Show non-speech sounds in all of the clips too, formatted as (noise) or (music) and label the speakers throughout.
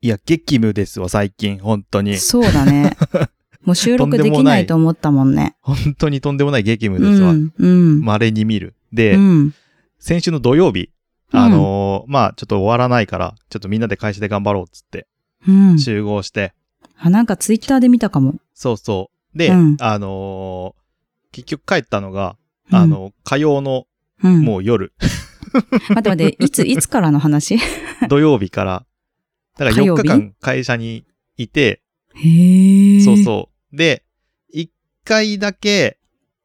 Speaker 1: いや、激務ですわ、最近、本当に。
Speaker 2: そうだね。もう収録できないと思ったもんね。
Speaker 1: (laughs) 本当にとんでもない激務
Speaker 2: う
Speaker 1: ですわ。
Speaker 2: ん。うん。
Speaker 1: 稀に見る。で、
Speaker 2: うん。
Speaker 1: 先週の土曜日、
Speaker 2: うん
Speaker 1: あのーまあ、ちょっと終わらないから、ちょっとみんなで会社で頑張ろうっつって、
Speaker 2: うん。
Speaker 1: 集合して、
Speaker 2: あ、なんかツイッターで見たかも。
Speaker 1: そうそう。で、
Speaker 2: うん
Speaker 1: あのー結局帰ったのが、
Speaker 2: うん
Speaker 1: あ、の、火曜の
Speaker 2: うん。
Speaker 1: もう夜、
Speaker 2: (laughs) 待って待
Speaker 1: (laughs)
Speaker 2: って、いつ、いつからの話へ
Speaker 1: 土曜日から、だから
Speaker 2: 火曜
Speaker 1: 4
Speaker 2: 日
Speaker 1: 日間会社にいて、
Speaker 2: え。
Speaker 1: そう
Speaker 2: う。
Speaker 1: そう。で、1回だけ、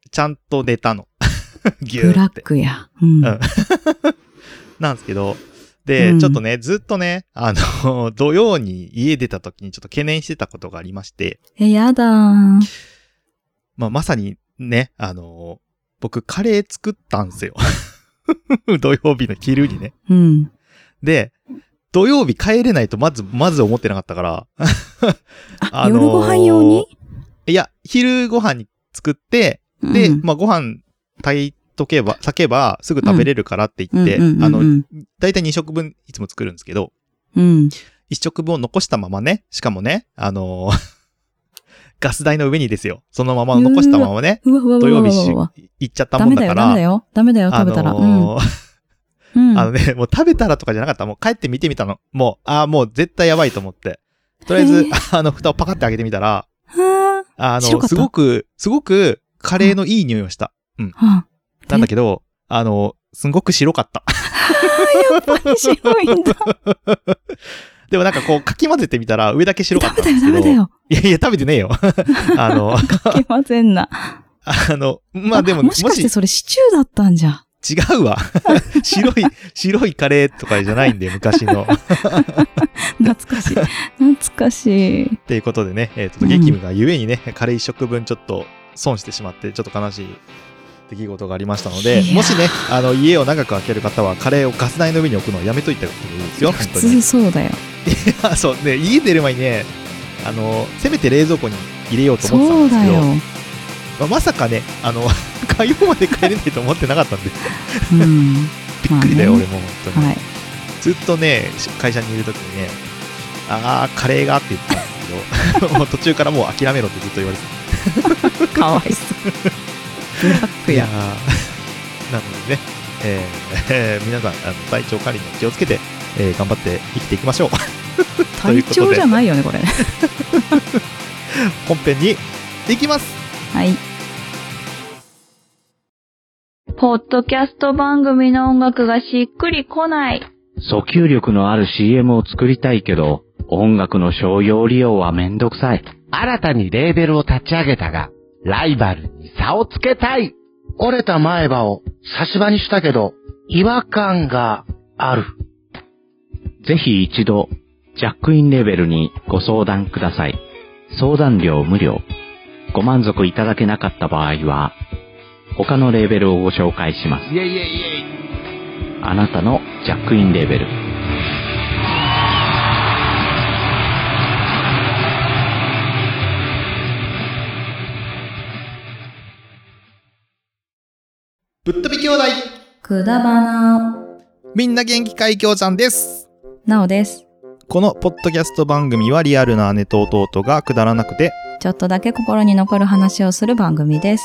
Speaker 1: ちゃんと寝たの。 (laughs) ギュ
Speaker 2: ブ
Speaker 1: ー
Speaker 2: ラ
Speaker 1: って
Speaker 2: ッ。クや。うん。
Speaker 1: うんなんですけど、で、
Speaker 2: うん
Speaker 1: ちょっとね、ずっとね、あの、 (laughs) 土曜に家出た時にちょっと懸念してたことがありまして、
Speaker 2: え、やだー。
Speaker 1: まあ、まさにね、あの、僕、カレー作ったんですよ。 (laughs) 土曜日の昼にね。
Speaker 2: うん。
Speaker 1: で、土曜日帰れないとまず、まず思ってなかったから、
Speaker 2: あ、
Speaker 1: (laughs) あのー
Speaker 2: 夜ご飯用に
Speaker 1: いや、昼ご飯に作って、で、
Speaker 2: うん
Speaker 1: まあ、ご飯炊いとけば、炊けばすぐ食べれるからって言って、
Speaker 2: うんうんうんうん
Speaker 1: あの、だいたい2食分いつも作るんですけど、
Speaker 2: うん。
Speaker 1: 一食分を残したままね、しかもね、あのー (laughs) ガス台の上にですよ、そのまま残したままね、
Speaker 2: うわうわうわうわう
Speaker 1: 土
Speaker 2: わ。
Speaker 1: 曜日
Speaker 2: うわ
Speaker 1: し行っちゃった
Speaker 2: ダ
Speaker 1: もん
Speaker 2: メ
Speaker 1: だ
Speaker 2: だ
Speaker 1: か
Speaker 2: よ、
Speaker 1: ら、
Speaker 2: ダメだよ。ダメだよ、食べたら。
Speaker 1: あ
Speaker 2: うん。
Speaker 1: のー
Speaker 2: うん。
Speaker 1: あのね、もう食べたらとかじゃなかった、もう帰って見てみたの。もう、ああ、もう絶対やばいと思って。とりあえ
Speaker 2: へ
Speaker 1: ず
Speaker 2: え、
Speaker 1: あの、蓋をパカって開けてみたら、
Speaker 2: は
Speaker 1: あ
Speaker 2: 白
Speaker 1: の、
Speaker 2: かった
Speaker 1: すごく、すごく、カレーのいい匂いをした。
Speaker 2: あ
Speaker 1: (laughs)
Speaker 2: はえ
Speaker 1: なんだけど、あの、すんごく白かった。 (laughs)
Speaker 2: あ。やっぱり白いんだ。
Speaker 1: でもなんかこう、かき混ぜてみたら、上だけ白かっ
Speaker 2: ダ
Speaker 1: た
Speaker 2: メ
Speaker 1: ん
Speaker 2: だ
Speaker 1: で
Speaker 2: よ、
Speaker 1: すけど。
Speaker 2: ダメだよ。
Speaker 1: いやいや、食べてねえよ。 (laughs) あの、
Speaker 2: いけませんな。
Speaker 1: あの、まあでも、
Speaker 2: もしかしてそれシチューだったんじゃ。
Speaker 1: 違う
Speaker 2: (laughs)
Speaker 1: わ。白い、白いカレーとかじゃないんで、昔
Speaker 2: (laughs)
Speaker 1: の。
Speaker 2: 懐かしい。懐かしい。
Speaker 1: っていうことでね、えっ、と、激務がゆえにね、カレー一食分ちょっと損してしまって、ちょっと悲しい出来事がありましたので
Speaker 2: いや、ー
Speaker 1: もしね、あの、家を長く開ける方は、カレーをガス台の上に置くのをやめといた方がいいですよ、
Speaker 2: 普
Speaker 1: 本当に。い
Speaker 2: 通そうだよ。
Speaker 1: や、 (laughs) そう、ね、家出る前にね、あの、せめて冷蔵庫に入れようと思ってた
Speaker 2: そ
Speaker 1: んで
Speaker 2: う
Speaker 1: す
Speaker 2: だ
Speaker 1: け
Speaker 2: よ
Speaker 1: ど、。まあまさかね、あの、 (laughs) 火曜まで帰れないと思ってなかったんで、び
Speaker 2: うん。
Speaker 1: っくりだよ、
Speaker 2: まあ
Speaker 1: 俺
Speaker 2: ね
Speaker 1: も、本当に。
Speaker 2: はい。
Speaker 1: ずっとね、し会社にいるときにね、あー、カレーがって言ってたんですけど、 (laughs) もう途中からもう諦めろってずっと言われて
Speaker 2: かわいそう。ブラッ
Speaker 1: た。
Speaker 2: クや。
Speaker 1: ー (laughs) なのでね、えーえー皆さん、あの体調管理に気をつけて、えー頑張って生きていきましょう。 (laughs) という
Speaker 2: 体
Speaker 1: ことで
Speaker 2: 調じゃないよね、これ。
Speaker 1: 本編に行きます
Speaker 2: はい。
Speaker 3: ポッドキャスト番組の音楽がしっくりこない。
Speaker 4: 訴求力のある CM を作りたいけど、音楽の商用利用はめんどくさい。
Speaker 5: 新たにレーベルを立ち上げたが、ライバルに差をつけたい折れた前歯を差し歯にしたけど、違和感がある。
Speaker 4: ぜひ一度、ジャックインレベルにご相談ください。相談料無料。ご満足いただけなかった場合は、他のレーベルをご紹介します。あなたのジャックインレベル。
Speaker 1: ぶっ飛び兄弟
Speaker 2: くだばな。
Speaker 1: みんな元気かいきょうちゃんです
Speaker 2: なおです。
Speaker 1: このポッドキャスト番組はリアルな姉と弟がくだらなくて、
Speaker 2: ちょっとだけ心に残る話をする番組です。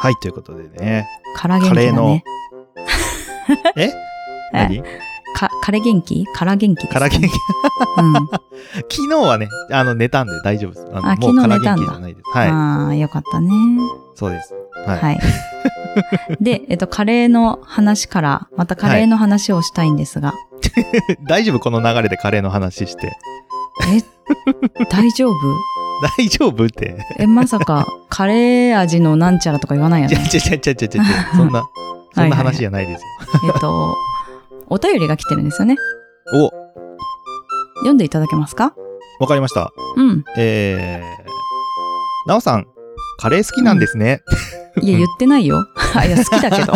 Speaker 1: はい、ということでね。
Speaker 2: から元気
Speaker 1: カレー
Speaker 2: だ
Speaker 1: の
Speaker 2: ね。
Speaker 1: え何
Speaker 2: か、カレ元気から元気です
Speaker 1: から
Speaker 2: か、ね。
Speaker 1: 元気 (laughs)
Speaker 2: うん。
Speaker 1: 昨日はね、あの、寝たんで大丈夫です。あの
Speaker 2: あ
Speaker 1: もう
Speaker 2: 昨
Speaker 1: か
Speaker 2: 日
Speaker 1: ら
Speaker 2: 寝た
Speaker 1: 元
Speaker 2: んだ
Speaker 1: 気じゃないです。は
Speaker 2: ああ、よかったね。
Speaker 1: い。そうです。はい。
Speaker 2: はい。で、えっと、カレーの話から、またカレーの話をしたいんで
Speaker 1: (laughs)
Speaker 2: すが、
Speaker 1: 大丈夫この流れでカレーの話して。
Speaker 2: 大丈夫
Speaker 1: 大丈夫って。
Speaker 2: え、まさか、カレー味のなんちゃらとか言わないよ
Speaker 1: ちゃ
Speaker 2: ね。
Speaker 1: ちゃちゃちゃちゃちゃ。そんな、そんな話じゃないですよ。
Speaker 2: えっと、お便りが来てるんですよね。
Speaker 1: お、
Speaker 2: 読んでいただけますか
Speaker 1: わかりました。
Speaker 2: うん。
Speaker 1: えー、なおさん、カレー好きなんですね。
Speaker 2: いや、言ってないよ。 (laughs) あ、いや、好きだ
Speaker 1: (laughs)
Speaker 2: けど。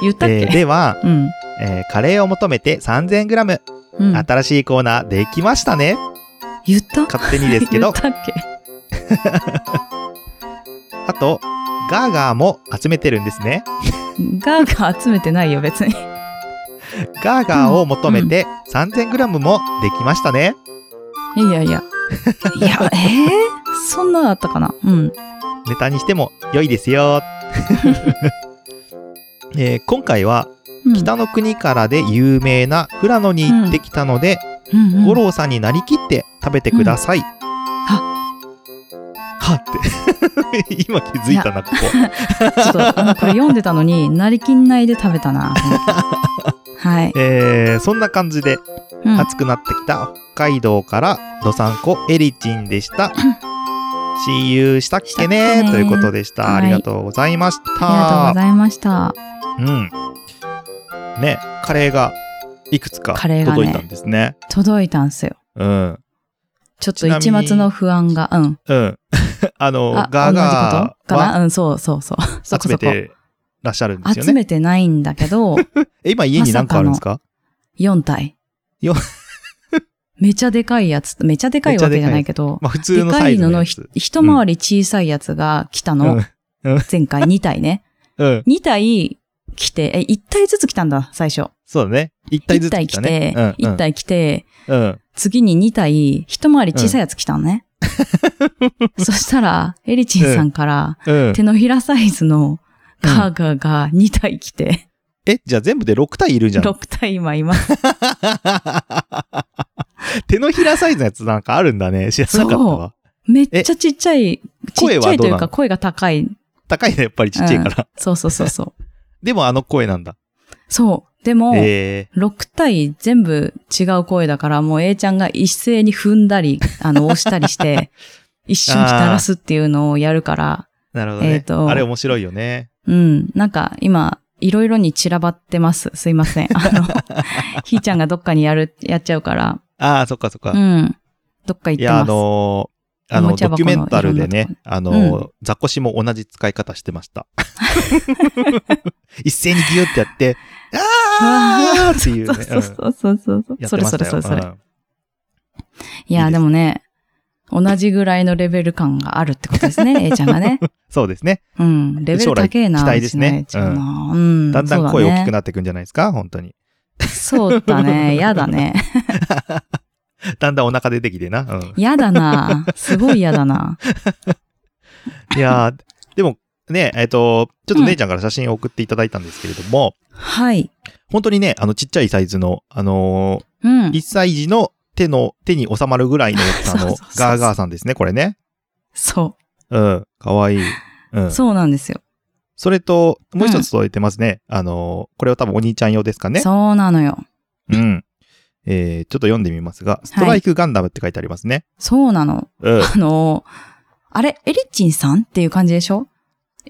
Speaker 2: 言ったっけ、
Speaker 1: えーでは、
Speaker 2: うん。
Speaker 1: えーカレーを求めて 3000g、
Speaker 2: うん。
Speaker 1: 新しいコーナーできましたね。
Speaker 2: 言った
Speaker 1: 勝手にですけ
Speaker 2: 言っ
Speaker 1: ど、
Speaker 2: たっけ
Speaker 1: あと、ガーガーも集めてるんですね。
Speaker 2: ガーガー集めてないよ、別に。
Speaker 1: ガーガーを求めて 3000g もできましたね。
Speaker 2: い
Speaker 1: (laughs)
Speaker 2: やいや。いや、えー、そんなのあったかなうん。
Speaker 1: ネタにしても良いですよ。えー今回は
Speaker 2: うん、
Speaker 1: 北の国からで有名な富良野に行ってきたので、
Speaker 2: うんうん
Speaker 1: 五郎さんになりきって食べてください。はって (laughs) 今気づいたなここ
Speaker 2: ちょっと、あの、これ読んでたのに、なりきんないで食べたな。と思って
Speaker 1: (laughs)
Speaker 2: はい。
Speaker 1: えーそんな感じで
Speaker 2: うん
Speaker 1: 暑くなってきた北海道からどさんこエリチンでした。See you したっけ
Speaker 2: したっけ
Speaker 1: ね
Speaker 2: ね
Speaker 1: ということでした、
Speaker 2: はい
Speaker 1: ありがとうございまし
Speaker 2: ありがとう
Speaker 1: た。
Speaker 2: ございました。
Speaker 1: うん。ね、カレーがいくつか
Speaker 2: カレーがね
Speaker 1: 届いたんですね。
Speaker 2: 届いたんすよ。
Speaker 1: うん。
Speaker 2: ちょっと
Speaker 1: ちなみ
Speaker 2: 一
Speaker 1: に
Speaker 2: 末の不安が、うん。
Speaker 1: うん。 (laughs) あの、
Speaker 2: あ、
Speaker 1: ガーガ
Speaker 2: 同じこと
Speaker 1: ー
Speaker 2: か
Speaker 1: は
Speaker 2: なうん、そうそうそう。そ
Speaker 1: 集
Speaker 2: こ
Speaker 1: め
Speaker 2: そこ。
Speaker 1: てらっしゃるんですよ
Speaker 2: 集
Speaker 1: ね。
Speaker 2: めてないんだけ
Speaker 1: (laughs)
Speaker 2: ど、
Speaker 1: え、今家に何かあるんですか
Speaker 2: 4体。
Speaker 1: よ
Speaker 2: めちゃでかいやつ、めちゃでかいわけじゃないけど、
Speaker 1: まあ普
Speaker 2: で
Speaker 1: 通の
Speaker 2: か
Speaker 1: サイ
Speaker 2: い
Speaker 1: ズ
Speaker 2: の
Speaker 1: の
Speaker 2: の
Speaker 1: や
Speaker 2: ひ
Speaker 1: つ。
Speaker 2: 一回り小さいやつが来たの。
Speaker 1: うんうん
Speaker 2: 前回2
Speaker 1: (laughs)
Speaker 2: 体ね。
Speaker 1: うん。
Speaker 2: 2体来て、え、1体ずつ来たんだ、最初。
Speaker 1: そうだね。一体ずつ
Speaker 2: 1
Speaker 1: 来
Speaker 2: 体来
Speaker 1: たね
Speaker 2: て。、
Speaker 1: うん
Speaker 2: 1体来て、
Speaker 1: うん。うん。
Speaker 2: 次に2体、一回り小さいやつ来たの
Speaker 1: (laughs)
Speaker 2: ね。そしたら、エリチンさんから、
Speaker 1: うん
Speaker 2: 手のひらサイズのガーガーが2体来て、
Speaker 1: え、じゃあ全部で6体いるじゃん。
Speaker 2: 6体今います。
Speaker 1: (laughs) 手のひらサイズのやつなんかあるんだね。知らなかったわ。
Speaker 2: めっちゃちっちゃい、ち
Speaker 1: 声
Speaker 2: っちゃ
Speaker 1: はいど
Speaker 2: と
Speaker 1: う
Speaker 2: い
Speaker 1: な
Speaker 2: う
Speaker 1: の
Speaker 2: か声が高い。
Speaker 1: 高いね、やっぱりちっちゃいから。
Speaker 2: そうそうそうそう。 (laughs)
Speaker 1: でもあの声なんだ。
Speaker 2: そう。でも、
Speaker 1: え
Speaker 2: 6体全部違う声だから、もう A ちゃんが一斉に踏んだり、
Speaker 1: (laughs)
Speaker 2: あの、押したりして、一瞬浸らすっていうのをやるから、
Speaker 1: ー、なるほどね、
Speaker 2: えーと
Speaker 1: あれ面白いよね。
Speaker 2: うん、なんか今、いろいろに散らばってます。すいません。
Speaker 1: (laughs)
Speaker 2: あの、ひーちゃんがどっかにやる、やっちゃうから、
Speaker 1: ああ、そっかそっか。
Speaker 2: うん、どっか行
Speaker 1: い
Speaker 2: って
Speaker 1: や、
Speaker 2: ます。
Speaker 1: あのーあの、
Speaker 2: おもちゃ
Speaker 1: ドキ
Speaker 2: 箱
Speaker 1: ュ
Speaker 2: の
Speaker 1: メンタルで
Speaker 2: いろ
Speaker 1: ね
Speaker 2: んな、
Speaker 1: あのーザコシも同じ使い方してました。 (laughs) 一斉にギュってやって、
Speaker 2: (laughs)
Speaker 1: あーっていうね。
Speaker 2: そうそうそうそうそう
Speaker 1: うんやって
Speaker 2: それ
Speaker 1: ました
Speaker 2: それ
Speaker 1: よ
Speaker 2: それそれ。
Speaker 1: うんい
Speaker 2: い
Speaker 1: いで
Speaker 2: や、
Speaker 1: す
Speaker 2: でもね、同じぐらいのレベル感があるってことですね、A ちゃん
Speaker 1: (laughs)
Speaker 2: がね。
Speaker 1: そうですね。
Speaker 2: うん、レベル高えな。
Speaker 1: 将来期待ですね
Speaker 2: うちの A ちゃんなうん。
Speaker 1: だんだん声大きく
Speaker 2: な
Speaker 1: なっていくんじゃないですか、本当に。
Speaker 2: そうだね。やだね。
Speaker 1: だんだんお腹出てきてな。うん
Speaker 2: やだな。すごいやだな。
Speaker 1: いやー、でもね、えっ、と、ちょっと
Speaker 2: うん
Speaker 1: 姉ちゃんから写真を送っていただいたんですけれども、
Speaker 2: はい。
Speaker 1: 本当にね、あの、ちっちゃいサイズの、あの
Speaker 2: うん
Speaker 1: ー、。1歳児の手の、手に収まるぐらいの大きさ
Speaker 2: (laughs) そうそ
Speaker 1: の
Speaker 2: うそうそう
Speaker 1: ガーガーさんですね、これね。
Speaker 2: そ
Speaker 1: うん、かわい
Speaker 2: (laughs)
Speaker 1: い。うん
Speaker 2: う。。そうなんですよ。
Speaker 1: それと、もう一つ届いてますね。あのー、これは多分お兄ちゃん用ですかね。
Speaker 2: そうなのよ。
Speaker 1: うん。えー、ちょっと読んでみますが、ストライクガンダムって書いてありますね。
Speaker 2: そうなの。
Speaker 1: うん。
Speaker 2: あの、あれ、エリチンさんっていう感じでしょ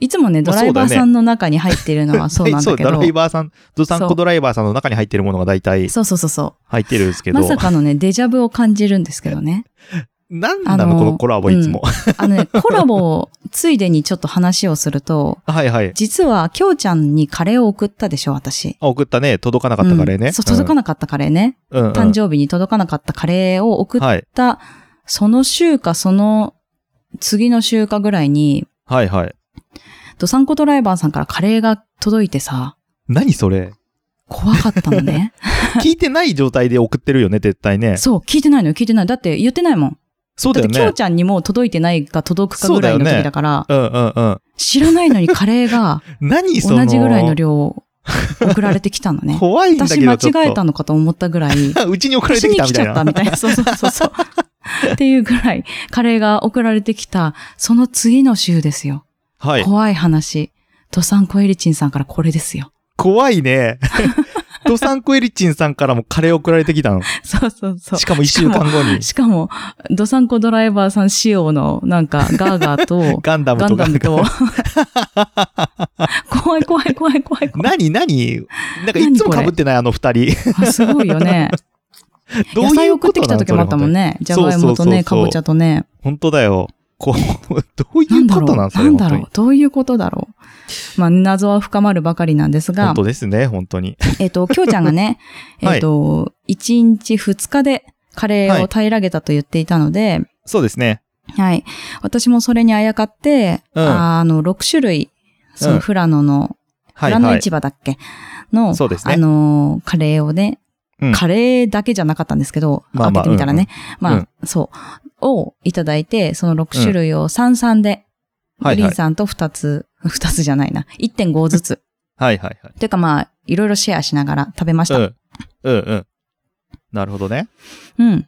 Speaker 2: いつもね、ドライバーさんの中に入ってるのはそうなんだけ
Speaker 1: (laughs)
Speaker 2: ど。
Speaker 1: そう、ドライバーさん、ドサン
Speaker 2: そ
Speaker 1: コ
Speaker 2: う
Speaker 1: ドライバーさんの中に入ってるものが大体
Speaker 2: そうそうそうそ
Speaker 1: 入ってるんですけ
Speaker 2: う。
Speaker 1: ど、
Speaker 2: まさか
Speaker 1: (laughs)
Speaker 2: のね、デジャブを感じるんですけどね。
Speaker 1: なんな
Speaker 2: あ
Speaker 1: の
Speaker 2: のー
Speaker 1: このコラボいつも。
Speaker 2: あのね、コラボをついでにちょっと話をすると、
Speaker 1: (laughs) はいはい。
Speaker 2: 実は、きょうちゃんにカレーを送ったでしょ、私。
Speaker 1: あ送ったね。届かなかったカレー
Speaker 2: う
Speaker 1: ね。
Speaker 2: んそう、届かなかったカレーね。
Speaker 1: うんうん
Speaker 2: 誕生日に届かなかったカレーを送っ
Speaker 1: はい。
Speaker 2: た、その週かその次の週かぐらいに、
Speaker 1: はいはい。
Speaker 2: ドサンコドライバーさんからカレーが届いてさ、
Speaker 1: 何そ
Speaker 2: (laughs)
Speaker 1: れ
Speaker 2: 怖かった
Speaker 1: (laughs)
Speaker 2: のね。
Speaker 1: 聞いてない状態で送ってるよね、絶対ね。
Speaker 2: そう、聞いてないのよ、聞いてない。だって言ってないもん。
Speaker 1: そう
Speaker 2: だ
Speaker 1: だよ
Speaker 2: って、きょう
Speaker 1: ね。
Speaker 2: ちゃんにも届いてないか届くかぐらいの時だから、
Speaker 1: うんうんうん。
Speaker 2: 知らないのにカレーが
Speaker 1: 何その
Speaker 2: 同じぐらいの量を送られてきたの
Speaker 1: (laughs)
Speaker 2: ね。
Speaker 1: 怖いんだけ
Speaker 2: 私
Speaker 1: ど。
Speaker 2: 間
Speaker 1: ちょっと
Speaker 2: 違えたのかと思ったぐらい、
Speaker 1: あ (laughs) うちに送られ
Speaker 2: 私
Speaker 1: てき
Speaker 2: に
Speaker 1: た
Speaker 2: 来
Speaker 1: み
Speaker 2: ち
Speaker 1: たい
Speaker 2: ゃった
Speaker 1: な。
Speaker 2: みたいな。そうそうそうそう。っていうぐらい、カレーが送られてきた、その次の週ですよ。
Speaker 1: はい。
Speaker 2: 怖い話。ドサンコエリチンさんからこれですよ。
Speaker 1: 怖い
Speaker 2: (laughs)
Speaker 1: ね。ドサンコエリチンさんからもカレー送られてきたの。
Speaker 2: そうそうそう
Speaker 1: し。かも一週間後に。、
Speaker 2: しかも、ドサンコドライバーさん仕様の、なんか、ガーガーと
Speaker 1: ガンダム
Speaker 2: ガ
Speaker 1: と
Speaker 2: ン
Speaker 1: か
Speaker 2: ダ。ム
Speaker 1: (laughs)
Speaker 2: と、怖い怖い怖い怖い怖い。
Speaker 1: 何何なんかいつも被ってないあの二
Speaker 2: (laughs)
Speaker 1: 人。
Speaker 2: あすごいよね。
Speaker 1: どう
Speaker 2: 野
Speaker 1: い
Speaker 2: 菜
Speaker 1: う
Speaker 2: 送
Speaker 1: こ
Speaker 2: って
Speaker 1: と
Speaker 2: き
Speaker 1: な
Speaker 2: た
Speaker 1: の
Speaker 2: 時もあったもん
Speaker 1: ね。
Speaker 2: ね。じゃ
Speaker 1: それ
Speaker 2: がいもとね、
Speaker 1: そ
Speaker 2: か
Speaker 1: うそうそうそう
Speaker 2: ぼちゃとね。
Speaker 1: 本当だよ。
Speaker 2: (laughs)
Speaker 1: こう、どうい
Speaker 2: なん
Speaker 1: う
Speaker 2: だ
Speaker 1: こ
Speaker 2: ろ
Speaker 1: と
Speaker 2: う
Speaker 1: なんそれ
Speaker 2: な
Speaker 1: 本
Speaker 2: んだ
Speaker 1: 当に
Speaker 2: ろうどういうことだろうまあ、謎は深まるばかりなんですが
Speaker 1: 本、当ですね、本当に。
Speaker 2: えっと、きょうちゃんがね、
Speaker 1: (laughs) はい
Speaker 2: えっと、1日2日でカレーを平らげたと言っていたので、
Speaker 1: そうですね。
Speaker 2: はい。私もそれにあやかって、
Speaker 1: うん
Speaker 2: あの、6種類、そうの
Speaker 1: ん
Speaker 2: 富良野の、
Speaker 1: はい
Speaker 2: ランド
Speaker 1: は
Speaker 2: 市
Speaker 1: い。
Speaker 2: 場だっけの、
Speaker 1: そうですね
Speaker 2: あのーカレーをね、
Speaker 1: うん
Speaker 2: カレーだけじゃなかったんですけど、
Speaker 1: まあまあ
Speaker 2: 開けてみたらね。まあ、
Speaker 1: うん
Speaker 2: そう。をいただいて、その6種類を33で、
Speaker 1: はいはい
Speaker 2: グリーンさんと2つ、2つじゃ (laughs) ないな。1.5
Speaker 1: (laughs)
Speaker 2: ずつ。
Speaker 1: はいはいはい。
Speaker 2: というかまあ、いろいろシェアしながら食べまし
Speaker 1: うん。
Speaker 2: た。
Speaker 1: うんうん。なるほどね。
Speaker 2: うん。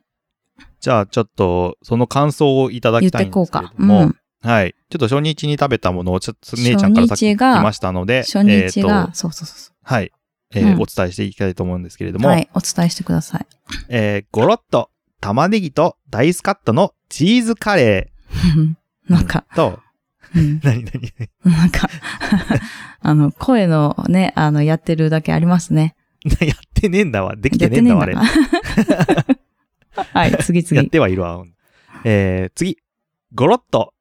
Speaker 1: じゃあ、ちょっと、その感想をいただ
Speaker 2: 言
Speaker 1: き
Speaker 2: った
Speaker 1: い
Speaker 2: て
Speaker 1: ん
Speaker 2: こ
Speaker 1: で
Speaker 2: う
Speaker 1: すけれ
Speaker 2: か
Speaker 1: ど。
Speaker 2: う
Speaker 1: も、
Speaker 2: ん。
Speaker 1: はい。ちょっと初日に食べたものを、ちょっと姉ちゃんからさっき
Speaker 2: 初日
Speaker 1: 聞
Speaker 2: が
Speaker 1: きましたので、
Speaker 2: 初日
Speaker 1: えー
Speaker 2: が
Speaker 1: と、
Speaker 2: そうそうそう
Speaker 1: はい。えー
Speaker 2: うん
Speaker 1: お伝えしていきたいと思うんですけれど
Speaker 2: そう。
Speaker 1: も、
Speaker 2: はい。お伝えしてください。 (laughs)
Speaker 1: えー、ゴロッと玉ねぎとダイスカットのチーズカレー。
Speaker 2: なんか、
Speaker 1: うん。と、
Speaker 2: うん
Speaker 1: なになに
Speaker 2: なんか、 (laughs) あの、声のね、あの、やってるだけありますね。
Speaker 1: やってねえんだわ。できて
Speaker 2: やっ
Speaker 1: ね
Speaker 2: て
Speaker 1: えん
Speaker 2: ねえ
Speaker 1: だ
Speaker 2: ん
Speaker 1: わ、あ
Speaker 2: だ
Speaker 1: れ
Speaker 2: な。。はい、次
Speaker 1: やっ
Speaker 2: 次。
Speaker 1: てはいるわ。えー、次。ゴロッと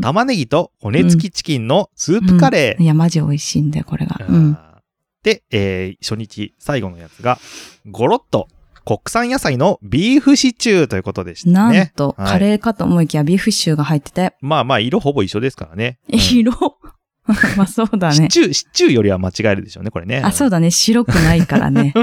Speaker 1: 玉ねぎと骨付きチキンのスープカレ
Speaker 2: いや、マジ美味しいんだよ、これが。
Speaker 1: ー。
Speaker 2: うん。
Speaker 1: で、えー、初日最後のやつが、ゴロッと国産野菜のビーフシチューということでした
Speaker 2: なん
Speaker 1: ね。
Speaker 2: と、
Speaker 1: はい
Speaker 2: カレーかと思いきやビーフシチューが入ってて、
Speaker 1: まあまあ、色ほぼ一緒ですから
Speaker 2: (laughs)
Speaker 1: ね。うん
Speaker 2: 色まあそうだ
Speaker 1: シ
Speaker 2: ね。
Speaker 1: チュー、シチューよりは間違えるでしょうね、これね。
Speaker 2: あ、そうだね。白くないか
Speaker 1: (laughs)
Speaker 2: らね。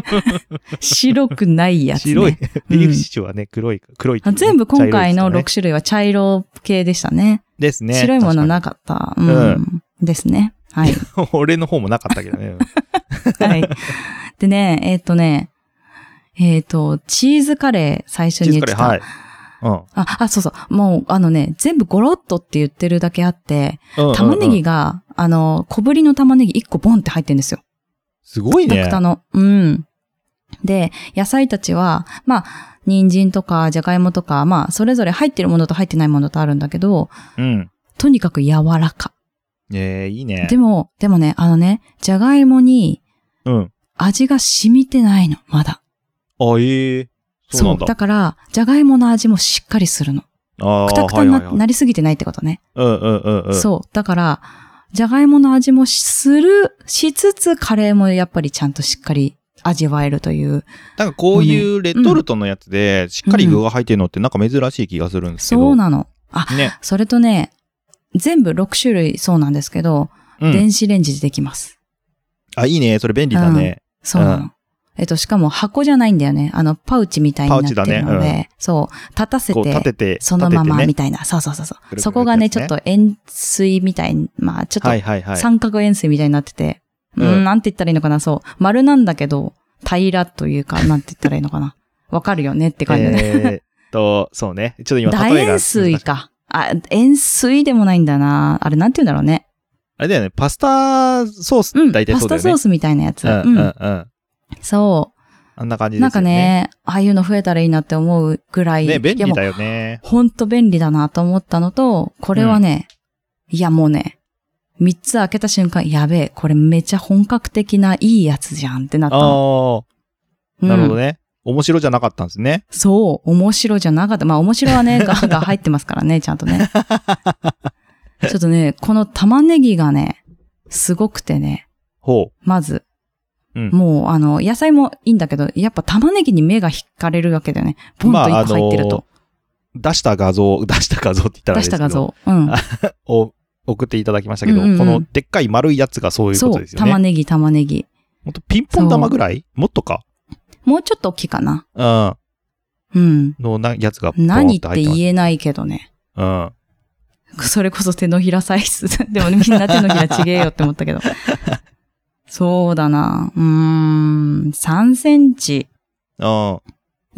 Speaker 2: 白くないやつ、ね。
Speaker 1: 白い。ビー
Speaker 2: うん
Speaker 1: フシチューはね、黒い、黒いって
Speaker 2: あ
Speaker 1: いうね、
Speaker 2: 全部今回の
Speaker 1: 茶色いで
Speaker 2: 6
Speaker 1: す
Speaker 2: 種類は茶色系でしたね。
Speaker 1: よねですね。
Speaker 2: 白いものな
Speaker 1: 確
Speaker 2: かった。うん。ですね。はい。
Speaker 1: かに。俺の方もなかったけどね。
Speaker 2: はい。でね、えっ、とね、えっ、と、チーズカレー (laughs) 最初
Speaker 1: チー
Speaker 2: に言
Speaker 1: ズ
Speaker 2: っ
Speaker 1: カ
Speaker 2: て
Speaker 1: レー、
Speaker 2: た。
Speaker 1: はい。う
Speaker 2: あ、あ、そうそう。もう、あのね、全部ゴロッとって言ってるだけあって、
Speaker 1: んうん。
Speaker 2: 玉ね
Speaker 1: うんう
Speaker 2: ぎ
Speaker 1: ん。
Speaker 2: が、あの、小ぶりの玉ねぎ1個ボンって入ってるんですよ。
Speaker 1: すごい
Speaker 2: く
Speaker 1: ね。
Speaker 2: たくたの。うん。で、野菜たちは、まあ、人参とか、じゃがいもとか、まあ、それぞれ入ってるものと入ってないものとあるんだけど、
Speaker 1: うん。
Speaker 2: とにかく柔らか。
Speaker 1: ええ、いいね。
Speaker 2: でも、でもね、あのね、じゃがいもに
Speaker 1: うん。
Speaker 2: 味が染みてないの、まだ。
Speaker 1: あ、ええ。そうなんだ。
Speaker 2: だから、じゃがいもの味もしっかりするの。
Speaker 1: ああ、
Speaker 2: くたくたにな,、
Speaker 1: はいはいはい
Speaker 2: なりすぎてないってことね。
Speaker 1: うんうんうんうん。
Speaker 2: そう。だから、じゃがいもの味もする、しつつ、カレーもやっぱりちゃんとしっかり味わえるという。
Speaker 1: なんかこういうレトルトのやつで、しっかり具が入ってるのってなんか珍しい気がするんですけど。
Speaker 2: そうなの。あ、
Speaker 1: ね。
Speaker 2: それとね、全部6種類そうなんですけど、
Speaker 1: うん。
Speaker 2: 電子レンジでできます。
Speaker 1: あ、いいね。それ便利だね。
Speaker 2: そうなの。
Speaker 1: う
Speaker 2: えっと、しかも箱じゃないんだよね。あの、パウチみたいになってるので、
Speaker 1: パウチだね
Speaker 2: そう、立たせ
Speaker 1: こう立て
Speaker 2: て、
Speaker 1: て、
Speaker 2: そのま
Speaker 1: 立
Speaker 2: ま
Speaker 1: ててね
Speaker 2: みたいな。そうそうそうそ
Speaker 1: くるくるってやつ
Speaker 2: う。
Speaker 1: ね
Speaker 2: そこがね、ちょっと円錐みたいに、まあ、ちょっと
Speaker 1: はいはいはい。
Speaker 2: 三角円錐みたいになってて、う、
Speaker 1: うんん
Speaker 2: なんて言ったらいいのかな、そう。丸なんだけど、平らとい
Speaker 1: (laughs)
Speaker 2: うか、なんて言ったらいいのかな。わかるよねって感じだね。
Speaker 1: えーっと、そうね。ちょっと今、
Speaker 2: 楕
Speaker 1: 例えが。
Speaker 2: 円錐。か。あ、円錐でもないんだな。あれ、なんて言うんだろうね。
Speaker 1: あれだよね。パスタソース、
Speaker 2: うん。
Speaker 1: 大体
Speaker 2: パ
Speaker 1: そ
Speaker 2: ス
Speaker 1: うだ
Speaker 2: タ
Speaker 1: よね。
Speaker 2: ソースみたいなやつ。
Speaker 1: う
Speaker 2: うん。
Speaker 1: うんんうん。
Speaker 2: そ
Speaker 1: あんな感じ
Speaker 2: う。
Speaker 1: ですよね。
Speaker 2: なんか。ね、ああいうの増えたらいいなって思うぐらい。
Speaker 1: ね、便
Speaker 2: いや
Speaker 1: 利
Speaker 2: もう
Speaker 1: だよね。
Speaker 2: ほんと便利だなと思ったのと、これはね、いやもうね、三つ開けた瞬間、やべえ、これめちゃ本格的ないいやつじゃんってなった
Speaker 1: ああ
Speaker 2: の。
Speaker 1: ー、なるほ
Speaker 2: うん
Speaker 1: どね。面白じゃなかったんですね。
Speaker 2: そう、面白じゃなかった。まあ、面白は
Speaker 1: (laughs)
Speaker 2: ね、が、が入ってますからね、ちゃんとね。ちょっとね、この玉ねぎがね、すごくてね、
Speaker 1: ほ
Speaker 2: まず、
Speaker 1: う。うん。
Speaker 2: もう、あの、野菜もいいんだけど、やっぱ玉ねぎに目が引かれるわけだよね。ポンと一個入ってると。
Speaker 1: 出した画像、出した画像って言ったらあれ
Speaker 2: 出し
Speaker 1: です
Speaker 2: た
Speaker 1: けど。
Speaker 2: 画像。うん。
Speaker 1: を送っていただきましたけど、
Speaker 2: うんうんうん
Speaker 1: このでっかい丸いやつがそういうこ
Speaker 2: そ
Speaker 1: と
Speaker 2: う
Speaker 1: です、よね。
Speaker 2: 玉ねぎ、玉ねぎ。
Speaker 1: ほんとピンポン玉ぐらいもっとか。
Speaker 2: もうちょっと大きいかな。
Speaker 1: うん。
Speaker 2: うん。
Speaker 1: のなやつがポン
Speaker 2: 何って
Speaker 1: 入って
Speaker 2: 言えないけどね。
Speaker 1: ます。
Speaker 2: (laughs) それこそ手のひらサイズ。 (laughs) でもみんな手のひらちげえよって思っ
Speaker 1: (laughs)
Speaker 2: たけど。そうだな。うーん。3センチ、
Speaker 1: うん。うん。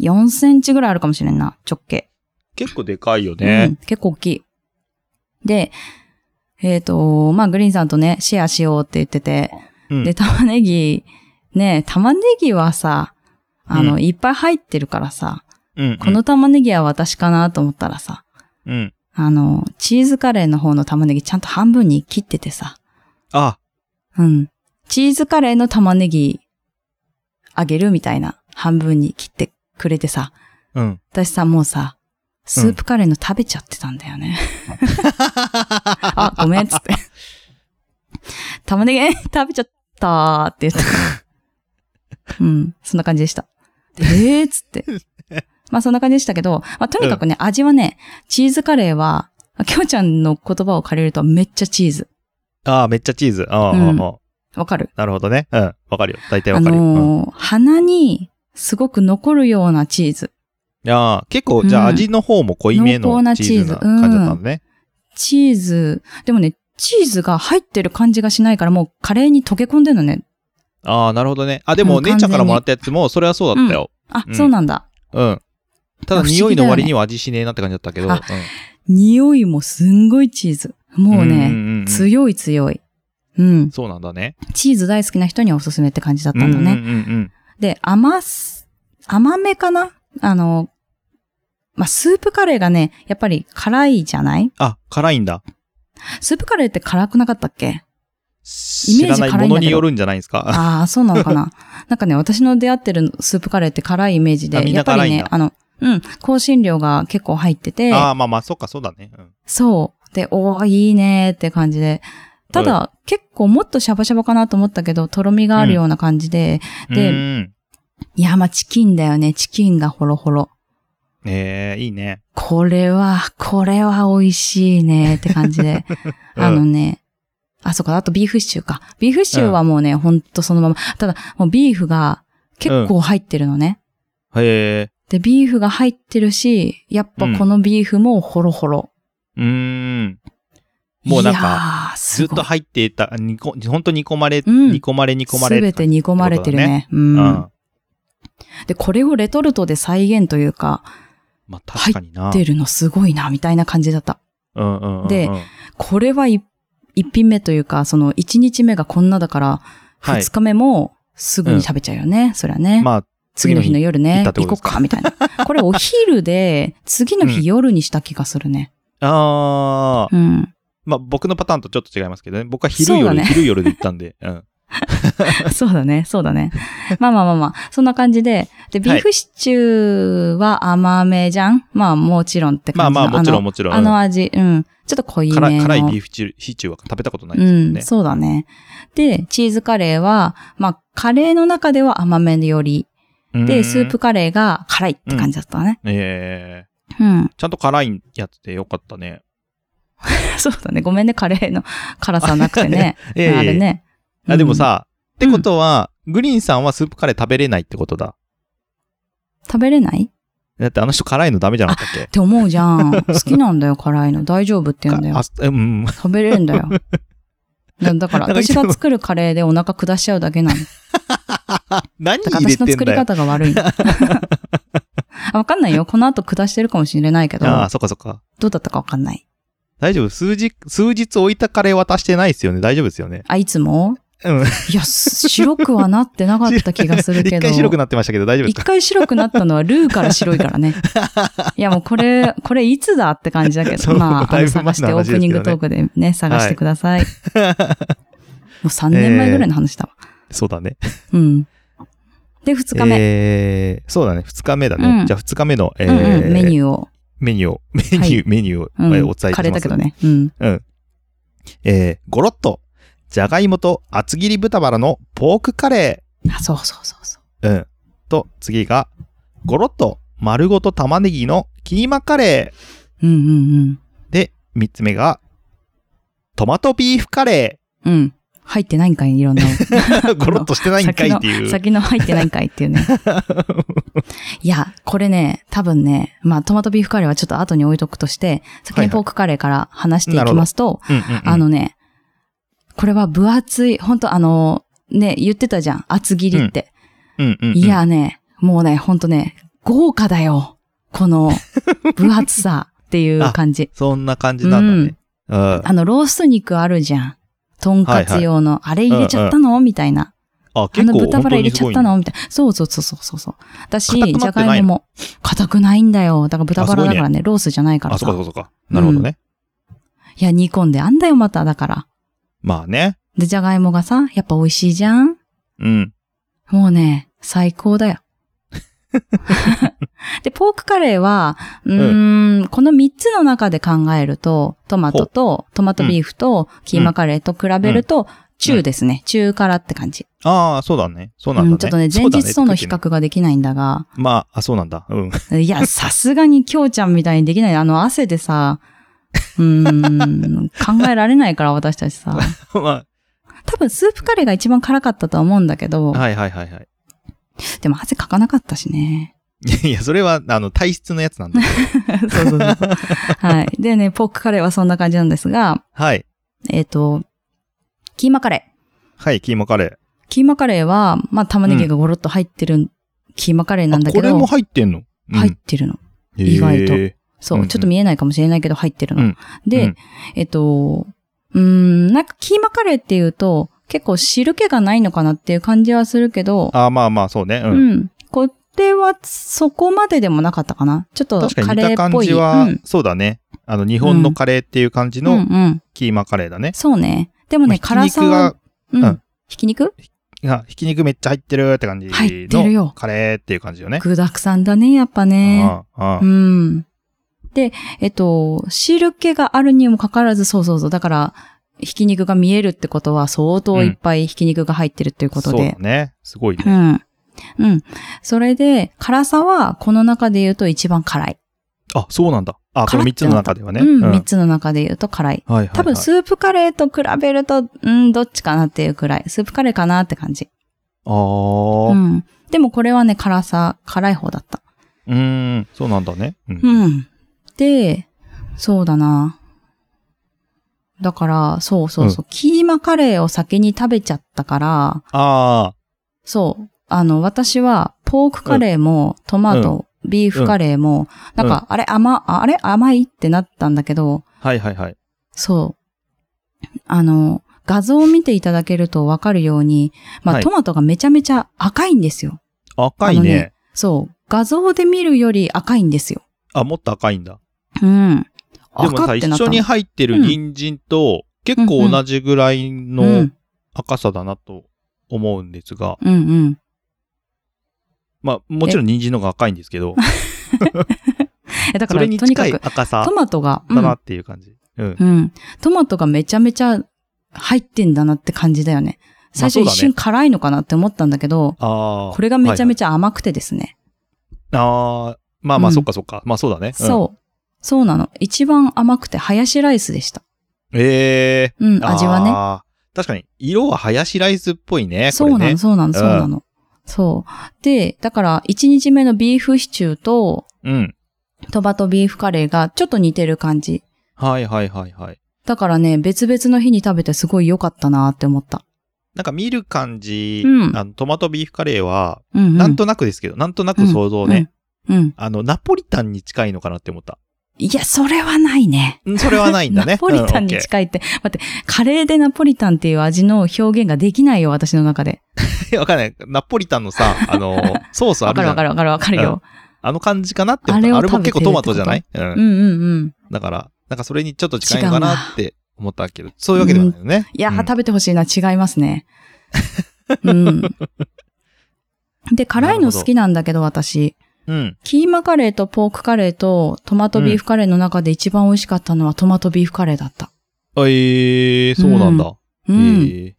Speaker 2: 4センチぐらいあるかもしれんな。直径。
Speaker 1: 結構でかいよ
Speaker 2: う
Speaker 1: ね
Speaker 2: ん。。結構大きい。で、えっ、と、まあ、グリーンさんとね、シェアしようって言ってて。
Speaker 1: うん
Speaker 2: で、玉ねぎ、ね、玉ねぎはさ、あの、
Speaker 1: うん
Speaker 2: いっぱい入ってるからさ、
Speaker 1: うんうん
Speaker 2: この玉ねぎは私かなと思ったらさ、
Speaker 1: うん。
Speaker 2: あの、チーズカレーの方の玉ねぎちゃんと半分に切っててさ、
Speaker 1: あ、
Speaker 2: うん。チーズカレーの玉ねぎ、あげるみたいな、半分に切ってくれてさ、
Speaker 1: うん。
Speaker 2: (laughs) 私さ、もうさ、スープカレーの食べちゃってたんだよね。あ、 (laughs) ごめん、つって。玉ねぎ、え食べちゃったーって言って。うん、そんな感じでした。でえー、つって。まあそんな感じでしたけど、まあとにかくね、味はね、チーズカレーは、きょうちゃんの言葉を借りるとめっちゃチーズ。
Speaker 1: あーめっちゃチーズ。あー
Speaker 2: うん
Speaker 1: あー
Speaker 2: わかる
Speaker 1: なるほどね。うん。わかるよ。大体
Speaker 2: あ
Speaker 1: わかるよ。うん、い
Speaker 2: のー鼻にすごく残るようなチーズ。
Speaker 1: やー結構、じゃあ
Speaker 2: うん
Speaker 1: 味の方も濃いめ
Speaker 2: 濃
Speaker 1: の
Speaker 2: 厚な
Speaker 1: チーズな
Speaker 2: チーズうん
Speaker 1: 感じだったのね。
Speaker 2: チーズ、でもね、チーズが入ってる感じがしないからもうカレーに溶け込んでるのね。
Speaker 1: ああ、なるほどね。あ、で
Speaker 2: う
Speaker 1: も、
Speaker 2: ん
Speaker 1: 姉ちゃんからもらったやつも、それはそうだったよ。
Speaker 2: あ、
Speaker 1: うん
Speaker 2: そうなんだ。
Speaker 1: うん。ただ、
Speaker 2: 不思議だ
Speaker 1: 匂
Speaker 2: よね
Speaker 1: いの割には味しねえなって感じだったけど。
Speaker 2: あ匂いもすんごいチーズ。
Speaker 1: うん
Speaker 2: もうんね、
Speaker 1: んん
Speaker 2: 強い強い。うん。
Speaker 1: そうなんだね。
Speaker 2: チーズ大好きな人にはおすすめって感じだったんだ
Speaker 1: うんうんう
Speaker 2: ね。
Speaker 1: ん
Speaker 2: で、甘す、甘めかなあの、まあ、スープカレーがね、やっぱり辛いじゃない
Speaker 1: あ、辛いんだ。
Speaker 2: スープカレーって辛くなかったっけイ
Speaker 1: 知
Speaker 2: メー
Speaker 1: ら
Speaker 2: ジ辛
Speaker 1: ない
Speaker 2: んだけど
Speaker 1: いものによるんじゃないですか。
Speaker 2: ああ、そうなの
Speaker 1: (laughs)
Speaker 2: かな。なんかね、私の出会ってるスープカレーって辛いイメージ
Speaker 1: あ
Speaker 2: で、
Speaker 1: みん
Speaker 2: や
Speaker 1: な
Speaker 2: っぱ
Speaker 1: 辛
Speaker 2: り
Speaker 1: いんだ
Speaker 2: ね、あの、うん、香辛料が結構入ってて、
Speaker 1: ああ、まあまあ、そっか、そうだね。うん
Speaker 2: そう。で、おー、いいねーって感じで。ただ、結構もっとシャバシャバかなと思ったけど、とろみがあるような感じで、で
Speaker 1: うん
Speaker 2: いや、まあ、チキンだよね。チキンがホロホロ。
Speaker 1: ええ、いいね。
Speaker 2: これは、これは美味しいねーって感じで。
Speaker 1: (laughs) うん
Speaker 2: あのね、あ、そうか、あとビーフシチューか。ビーフシチューはもうね、ほんとそのまま。ただ、もうビーフが結構入ってるのね。
Speaker 1: へえ。
Speaker 2: で、ビーフが入ってるし、やっぱこのビーフもホロホロ。
Speaker 1: うーん。もうなんか、
Speaker 2: か、
Speaker 1: ずっと入っていた、煮こ本当煮込まれ、
Speaker 2: うん
Speaker 1: 煮込まれ、煮込まれ。
Speaker 2: すべて煮込まれてるね。うん
Speaker 1: う。ん。
Speaker 2: で、これをレトルトで再現というか、
Speaker 1: まあ、確かにな。
Speaker 2: 出るのすごいな、みたいな感じだった。
Speaker 1: うんうんうんうん。
Speaker 2: でこれは一一品目というか、その一日目がこんなだから、
Speaker 1: はい
Speaker 2: 二日目もすぐに食べちゃうよね。そりゃね。
Speaker 1: まあ、
Speaker 2: 次の日の夜ね
Speaker 1: 行った、って
Speaker 2: 行
Speaker 1: ことです
Speaker 2: こっ
Speaker 1: か
Speaker 2: か、みたいな。これお昼で、次の
Speaker 1: うん
Speaker 2: 日夜にした気がするね。
Speaker 1: ああ、
Speaker 2: うん
Speaker 1: まあ僕のパターンとちょっと違いますけどね。僕は昼
Speaker 2: そうだ
Speaker 1: 夜、
Speaker 2: ね
Speaker 1: 昼夜で行ったんで。うん。
Speaker 2: そうだね、そうだね。まあまあまあまあ、そんな感じで。で、ビーフシチューは甘めじゃん、まあもちろんって
Speaker 1: まあ
Speaker 2: 感じ
Speaker 1: まあもちろん
Speaker 2: も
Speaker 1: もちろん。
Speaker 2: あのあの味、うん。ちょっと濃い
Speaker 1: うん
Speaker 2: め
Speaker 1: 辛い
Speaker 2: の。
Speaker 1: 辛いビーフシチューシチューは食べたことないで
Speaker 2: う
Speaker 1: すよ
Speaker 2: ん、
Speaker 1: ね。
Speaker 2: そうだね。で、チーズカレーは、まあ、カレーの中では甘めのより、
Speaker 1: うん
Speaker 2: で、スープ。カレーが辛いって感じだったね。
Speaker 1: ええ
Speaker 2: うん。
Speaker 1: ちゃんと辛いやつでよかったね。
Speaker 2: そうだね。ごめんね、カレーの (laughs) 辛さなくてね。
Speaker 1: ええ
Speaker 2: あれね。
Speaker 1: あ、でもさ、ってことは、グリーンさんはスープカレー食べれないってことだ。
Speaker 2: うん。食べれないっ
Speaker 1: だってあの人辛いのダメじゃなかったっけ
Speaker 2: て思うじゃ
Speaker 1: (laughs)
Speaker 2: ん。好きなんだよ、辛いの。大丈夫って言うんだよ
Speaker 1: か。あうん。 (laughs)
Speaker 2: 食べれるんだよ。だだから、
Speaker 1: なんかいつ
Speaker 2: 私
Speaker 1: も
Speaker 2: が作るカレーでお腹下しちゃうだけなの。
Speaker 1: 何
Speaker 2: だから
Speaker 1: 入れ
Speaker 2: 私の
Speaker 1: てん
Speaker 2: 作り
Speaker 1: だよ。
Speaker 2: 方が悪いの。あ (laughs) わかんないよ。この後下してるかもしれないけど、
Speaker 1: ああ、そっかそっか。
Speaker 2: どうだったかわかんない。
Speaker 1: 大丈夫数日、数日置いたカレー渡してないですよね。大丈夫ですよね。
Speaker 2: あ、いつも
Speaker 1: うん。
Speaker 2: いや、す白くはなってなかった気がするけど。
Speaker 1: (laughs) 一回白くなってましたけど大丈夫です
Speaker 2: 一
Speaker 1: か
Speaker 2: 回白くなったのはルーから白いから
Speaker 1: (laughs)
Speaker 2: ね。いやもうこれ、これいつだって感じだけ
Speaker 1: そ
Speaker 2: ど、
Speaker 1: う
Speaker 2: まあ、あ
Speaker 1: だい
Speaker 2: の
Speaker 1: ぶ前の
Speaker 2: 探
Speaker 1: 話
Speaker 2: してオープニングトークでね、探してください。
Speaker 1: (laughs)
Speaker 2: もう3年前ぐらいの話だわ。
Speaker 1: そうだね。
Speaker 2: うん。で、2日目。
Speaker 1: えー、そうだね。二日目だね。
Speaker 2: うん
Speaker 1: じゃあ二日目の、え
Speaker 2: うんうん、メニ
Speaker 1: ュー。
Speaker 2: ューを。
Speaker 1: メニューを、メニュー、
Speaker 2: はい
Speaker 1: メニューを、
Speaker 2: う
Speaker 1: えー
Speaker 2: ん、
Speaker 1: お伝えします。
Speaker 2: カレーだけど。ね。うん。
Speaker 1: うん。えー、ごろっと、じゃがいもと厚切り豚バラのポークカレ
Speaker 2: あ、そうそうそうそう。
Speaker 1: ー。うん。と、次が、ごろっと、丸ごと玉ねぎのキーマカレー。
Speaker 2: うんうん
Speaker 1: で、三つ目が、トマトビーフカレ
Speaker 2: うん。うん。入ってないんかい、いろん
Speaker 1: (laughs)
Speaker 2: な。
Speaker 1: ー。ごろっとしてないんかいっていう。
Speaker 2: 先の入ってないんかいってい
Speaker 1: (laughs)
Speaker 2: うね。いや、これね、多分ね、まあトマトビーフカレーはちょっと後に置いとくとして、先
Speaker 1: はい
Speaker 2: に
Speaker 1: はい
Speaker 2: ポークカレーから話していきますと、
Speaker 1: うんうんうん
Speaker 2: あのね、これは分厚い、本当あの、ね、言ってたじゃん、厚切りって。
Speaker 1: うんうんうん
Speaker 2: い、やね、もうね、ほんとね、豪華だよ。この分厚さっていう感じ。
Speaker 1: そんな感じなんだね。うん。
Speaker 2: あの、ロースト肉あるじゃん。とんかつ用の、あれ入れちゃったの、みたいな。
Speaker 1: あ、
Speaker 2: あ
Speaker 1: 結
Speaker 2: の
Speaker 1: 構
Speaker 2: 豚
Speaker 1: 本
Speaker 2: バ
Speaker 1: 当
Speaker 2: ラ入れ
Speaker 1: に
Speaker 2: ち
Speaker 1: す
Speaker 2: ゃ
Speaker 1: ご
Speaker 2: っ
Speaker 1: い
Speaker 2: た
Speaker 1: ね、
Speaker 2: のみたいな。そうそうそうそうそうそう。私、
Speaker 1: 硬く
Speaker 2: じ
Speaker 1: な
Speaker 2: ゃ
Speaker 1: ってないの
Speaker 2: がいもも、硬くないんだよ。だから豚バラだから
Speaker 1: あすご
Speaker 2: ね、ロースじゃないから
Speaker 1: あ、そっか
Speaker 2: さ。
Speaker 1: そっかそっか。なるほどね。
Speaker 2: いや、煮込んであんだよ、また、だから。
Speaker 1: まあね。
Speaker 2: で、じゃがいもがさ、やっぱ美味しいじゃん
Speaker 1: うん。
Speaker 2: もうね、最
Speaker 1: (laughs)
Speaker 2: 高だよ。で、ポークカレーは、うーん、この3つの中で考えると、トマトと、トマトビーフと、キーマカレーと比べると、中ですね。中辛って感じ。
Speaker 1: ああ、そうだね。そうなんだね。
Speaker 2: うんちょっとね、前日
Speaker 1: そう
Speaker 2: と
Speaker 1: だ
Speaker 2: の
Speaker 1: ね
Speaker 2: 比。較ができないんだが、
Speaker 1: まあ、あ、そうなんだ。うん。 (laughs)
Speaker 2: いや、さすがに京ちゃんみたいにできない。あの、汗
Speaker 1: (laughs)
Speaker 2: でさ、うーん、考えられないから、私たちさ。
Speaker 1: まあ、
Speaker 2: 多分スープカレーが一番辛かったとは思うんだけど、
Speaker 1: はいはいはいはい。
Speaker 2: でも汗かかなかったしね。
Speaker 1: (laughs) いや、それは、あの、体質のやつなんだ
Speaker 2: (laughs)
Speaker 1: けど。
Speaker 2: そうそうそう。はい。でね、ポークカレーはそんな感じなんですが、
Speaker 1: はい。
Speaker 2: えっ、と、キーマカレー。
Speaker 1: はい、キーマカレー。
Speaker 2: キーマカレーは、まあ玉ねぎがゴロッと入ってるキーマカレーなんだ
Speaker 1: あこ
Speaker 2: け
Speaker 1: れ
Speaker 2: ど、
Speaker 1: も入ってんの
Speaker 2: 入ってるの。
Speaker 1: うん
Speaker 2: 意外と
Speaker 1: へー
Speaker 2: そう、
Speaker 1: うんうん
Speaker 2: ちょっと見えないかもしれないけど入ってるの。
Speaker 1: うん
Speaker 2: で、
Speaker 1: うん
Speaker 2: えっと、うーん、なんかキーマカレーっていうと、結構汁気がないのかなっていう感じはするけど、
Speaker 1: あーまあまあ、そうね。う。
Speaker 2: うんん。これはそこまででもなかったかな。ちょっと
Speaker 1: 確かに
Speaker 2: カ
Speaker 1: 似
Speaker 2: レ
Speaker 1: た
Speaker 2: ーっ
Speaker 1: 感
Speaker 2: ぽい。
Speaker 1: じは
Speaker 2: うん、
Speaker 1: そうだね。あの、日本のカレーっていう感じ
Speaker 2: うんう
Speaker 1: の
Speaker 2: ん。
Speaker 1: キーマカレーだね。
Speaker 2: そうね。でも
Speaker 1: ま
Speaker 2: ね、
Speaker 1: あ
Speaker 2: 辛さ
Speaker 1: ひき肉が
Speaker 2: は、、うん
Speaker 1: うん。
Speaker 2: ひき肉
Speaker 1: いやひき肉めっちゃ入ってるって感じ
Speaker 2: 入ってるよ
Speaker 1: のカレーっていう感じよね。
Speaker 2: 具沢山だね、やっぱね。
Speaker 1: ああああ
Speaker 2: うん。で、えっと、汁気があるにもかかわらず、そうそうそう。だから、ひき肉が見えるってことは、相当いっぱいひき肉が入ってるっていうこと
Speaker 1: そう
Speaker 2: で
Speaker 1: だ。ね。すごいね。
Speaker 2: うん。うん。それで、辛さは、この中で言うと一番辛い。
Speaker 1: あ、そうなんだ。あ、この3つの中ではね。
Speaker 2: うん、
Speaker 1: はい
Speaker 2: 三つの中で言うと辛い。
Speaker 1: はいはい。
Speaker 2: 多分、スープカレーと比べると、うん、どっちかなっていうくらい。スープカレーかなって感じ。
Speaker 1: あ
Speaker 2: う
Speaker 1: あ。
Speaker 2: ん。でもこれはね、辛さ、辛い方だった。
Speaker 1: うーん。そうなんだね。う。
Speaker 2: うんん。で、そうだな。だから、そうそうそう、キーマカレーを先に食べちゃったから、
Speaker 1: ああ。
Speaker 2: そう。あの、私は、ポークカレーも、トマト、ビーフカレーも、なんか、あれ甘、ああれ甘いってなったんだけど、
Speaker 1: はいはいはい。
Speaker 2: そう。あの、画像を見ていただけるとわかるように、まあ、
Speaker 1: はい
Speaker 2: トマトがめちゃめちゃ赤いんですよ。
Speaker 1: 赤い
Speaker 2: あの
Speaker 1: ね
Speaker 2: ね。そう。画像で見るより赤いんですよ。
Speaker 1: あ、もっと赤いんだ。
Speaker 2: うん。
Speaker 1: でもさ、
Speaker 2: 赤って
Speaker 1: 一
Speaker 2: なった
Speaker 1: 緒
Speaker 2: の
Speaker 1: に入ってる人参と、結構同じぐらいの赤さだなと思うんですが、
Speaker 2: うんうん。
Speaker 1: まあ、もちろん人参の方が赤いんですけど、
Speaker 2: えだか
Speaker 1: そ
Speaker 2: ら、
Speaker 1: れ
Speaker 2: と
Speaker 1: に
Speaker 2: にか
Speaker 1: 近い
Speaker 2: く、
Speaker 1: 赤さ
Speaker 2: トマトが、う、
Speaker 1: だなんっていう感じ。うん。
Speaker 2: うん。トマトがめちゃめちゃ入ってんだなって感じだよね。最初
Speaker 1: まあそう
Speaker 2: 一
Speaker 1: だね
Speaker 2: 瞬辛いのかなって思ったんだけど、
Speaker 1: ああ。
Speaker 2: これがめちゃめ
Speaker 1: ち
Speaker 2: ちゃ甘くてですね。
Speaker 1: ゃ。ああ。まあま
Speaker 2: う
Speaker 1: あ、
Speaker 2: ん
Speaker 1: そっかそっか。まあそうだね。
Speaker 2: そう。そうなの。一番甘くて、ハヤシライスでした。
Speaker 1: うん。ええ。
Speaker 2: うん、味はね。
Speaker 1: あー。確かに、色はハヤシライスっぽいね。
Speaker 2: そう
Speaker 1: こ
Speaker 2: な
Speaker 1: れ
Speaker 2: の、
Speaker 1: ね
Speaker 2: そうなの、そうなの。そう。で、だから、1日目のビーフシチューと、
Speaker 1: うん。
Speaker 2: トマトビーフカレーがちょっと似てる感じ。
Speaker 1: はいはいはいはい。
Speaker 2: だからね、別々の日に食べてすごい良かったなって思った。
Speaker 1: なんか見る感じ、
Speaker 2: うん
Speaker 1: あのトマトビーフカレーは、
Speaker 2: うん、うん。
Speaker 1: なんとなくですけど、なんとなく想像ね、
Speaker 2: うん。うん。
Speaker 1: あの、ナポリタンに近いのかなって思った。
Speaker 2: いや、それはないね。
Speaker 1: んそれはないんだね。
Speaker 2: (laughs) ナポリタンに近いって、待って、カレーでナポリタンっていう味の表現ができないよ、私の中で。
Speaker 1: い。 (laughs) わかんない。ナポリタンの
Speaker 2: (laughs)
Speaker 1: さ、あの、ソースあ
Speaker 2: わ
Speaker 1: る
Speaker 2: か
Speaker 1: じ
Speaker 2: る
Speaker 1: ゃ
Speaker 2: わか
Speaker 1: ん。
Speaker 2: るわかるわかるよ。
Speaker 1: あの感じかなって思
Speaker 2: あ
Speaker 1: っ
Speaker 2: れ
Speaker 1: た。
Speaker 2: を
Speaker 1: あれも結構トマト
Speaker 2: 食
Speaker 1: じ
Speaker 2: べ
Speaker 1: ゃ
Speaker 2: て
Speaker 1: な
Speaker 2: るっ
Speaker 1: いうん
Speaker 2: う。んうんうん。
Speaker 1: だから、なんかそれにちょっと近いのかなって思ったけど、そういうわけではないよね。
Speaker 2: いや、
Speaker 1: うん
Speaker 2: 食べてほしいな、違いますね。うん。で、辛いの好きなんだけど、私。
Speaker 1: うん。
Speaker 2: キーマカレーとポークカレーとトマトビーフカレーの中で一番美味しかったのはトマトビーフカレーだった。
Speaker 1: ええー、そうなんだ。
Speaker 2: う
Speaker 1: え
Speaker 2: ん。
Speaker 1: え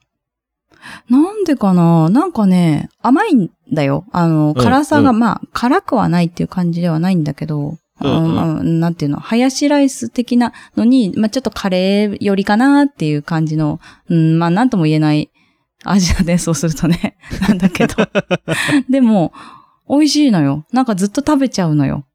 Speaker 2: なんでかななんかね、甘いんだよ。あの、辛さが、
Speaker 1: うん
Speaker 2: まあ、辛くはないっていう感じではないんだけど、
Speaker 1: うん
Speaker 2: あのなんていうの、ハヤシライス的なのに、まあ、ちょっとカレーよりかなっていう感じの、うん、まあ、なんとも言えない味だね、そうするとね。 (laughs) なん
Speaker 1: (laughs)
Speaker 2: だけど。でも、美味しいのよ。なんかずっと食べちゃうのよ。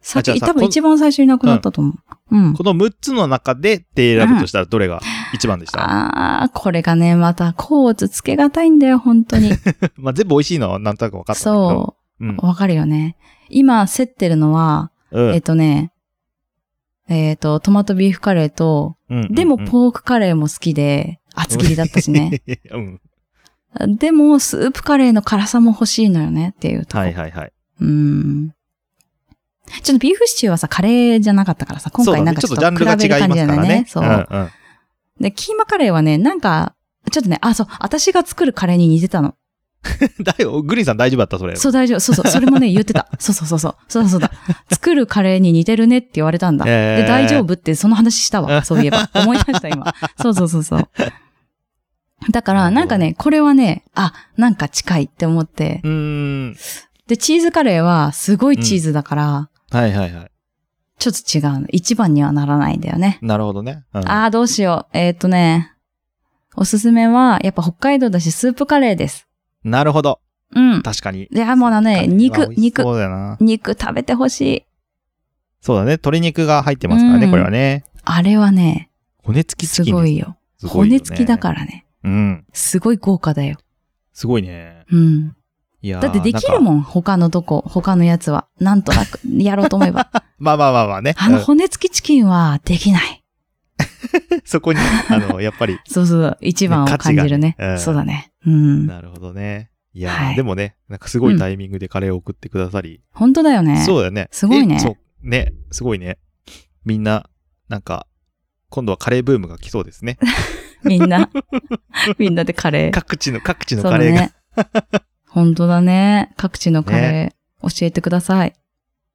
Speaker 2: さっ
Speaker 1: あじゃあ
Speaker 2: き、
Speaker 1: さ
Speaker 2: 多分
Speaker 1: こん
Speaker 2: 一番最初になくなったと思う。うん。
Speaker 1: この6つの中でって選ぶとしたらど
Speaker 2: (laughs)
Speaker 1: れが一番でした、
Speaker 2: ああ、これがね、また、コーツつけがたいんだよ、本当に。
Speaker 1: まあ全部美味しいのはなんとなく分かったんだけど。
Speaker 2: そう。
Speaker 1: う。うん。
Speaker 2: わかるよね。今、競ってるのは、
Speaker 1: うん
Speaker 2: えっ、とね、えっ、と、トマトビーフカレーと、
Speaker 1: うん
Speaker 2: でも
Speaker 1: うん
Speaker 2: ポークカレーも好きで、厚切りだったし
Speaker 1: (laughs)
Speaker 2: ね。
Speaker 1: うん。
Speaker 2: でも、スープカレーの辛さも欲しいのよねっていうとこ。
Speaker 1: はいはいはい。
Speaker 2: うん。ちょっとビーフシチューはさ、カレーじゃなかったからさ、今
Speaker 1: そうだ
Speaker 2: 回
Speaker 1: ね
Speaker 2: なんかちょっと比べる感じ
Speaker 1: ちょっとジャンルが違い
Speaker 2: だ
Speaker 1: ます
Speaker 2: よ
Speaker 1: から
Speaker 2: ね
Speaker 1: ね。。
Speaker 2: そう。
Speaker 1: うんうん
Speaker 2: で、キーマカレーはね、なんか、ちょっとね、あ、そう、私が作るカレーに似てたの。
Speaker 1: だよ、グリーンさん (laughs) 大丈夫だったそれ。
Speaker 2: そう、大丈夫。そうそう。それもね、言っ
Speaker 1: (laughs)
Speaker 2: てた。そうそうそうそう。そうだそうだ。作るカレーに似てるねって言われたんだ。
Speaker 1: えー
Speaker 2: で、大丈夫ってその話したわ。
Speaker 1: (laughs)
Speaker 2: そういえば。思い出した、今。そうそうそうそう。だから、なんかね、これはね、あ、なんか近いって思って。
Speaker 1: うーん。
Speaker 2: で、チーズカレーはすごいチーズだから、
Speaker 1: はいはいはい。
Speaker 2: ちょっと違うの。一番にはならないんだよね。
Speaker 1: なるほどね。うん
Speaker 2: あー、どうしよう。えーっとね、おすすめは、やっぱ北海道だし、スープカレーです。
Speaker 1: なるほど。
Speaker 2: うん。
Speaker 1: 確かに。
Speaker 2: いや、もうあのね、
Speaker 1: カレー
Speaker 2: 肉、
Speaker 1: は美味し
Speaker 2: 肉、
Speaker 1: そうだよな。
Speaker 2: 肉食べてほしい。
Speaker 1: そうだね。鶏肉が入ってますからね、
Speaker 2: うん
Speaker 1: これはね。
Speaker 2: あれはね、
Speaker 1: 骨付き
Speaker 2: す
Speaker 1: チキン
Speaker 2: ご
Speaker 1: です。
Speaker 2: いよ。
Speaker 1: すごいよね
Speaker 2: 骨付きだからね。
Speaker 1: うん。
Speaker 2: すごい豪華だよ。
Speaker 1: すごいね。
Speaker 2: うん。
Speaker 1: いやー
Speaker 2: だってできる
Speaker 1: なんか
Speaker 2: もん、他のとこ、他のやつは。なん
Speaker 1: (laughs)
Speaker 2: となく、やろうと思えば。
Speaker 1: まあまあまあまあね。
Speaker 2: あの骨付きチキンはできない。
Speaker 1: うんそこに、あの、やっぱり。
Speaker 2: そうそう、一番を感じるね。
Speaker 1: 価値がねうん
Speaker 2: そうだね。うん。
Speaker 1: なるほどね。いやー、
Speaker 2: はい
Speaker 1: でもね、なんかすごいタイミングでカレーを送ってくださり。
Speaker 2: 本当だよね。
Speaker 1: そうだよね。
Speaker 2: すごいね
Speaker 1: えそう。ね、すごいね。みんな、なんか、今度はカレーブームが来そうです
Speaker 2: (laughs)
Speaker 1: ね。
Speaker 2: みんな。 (laughs) みんなでカレー。
Speaker 1: (laughs) 各地の、各地
Speaker 2: そう
Speaker 1: の
Speaker 2: だ
Speaker 1: カレーが。ね
Speaker 2: ね。本当だね。各地のカレー、教えてください。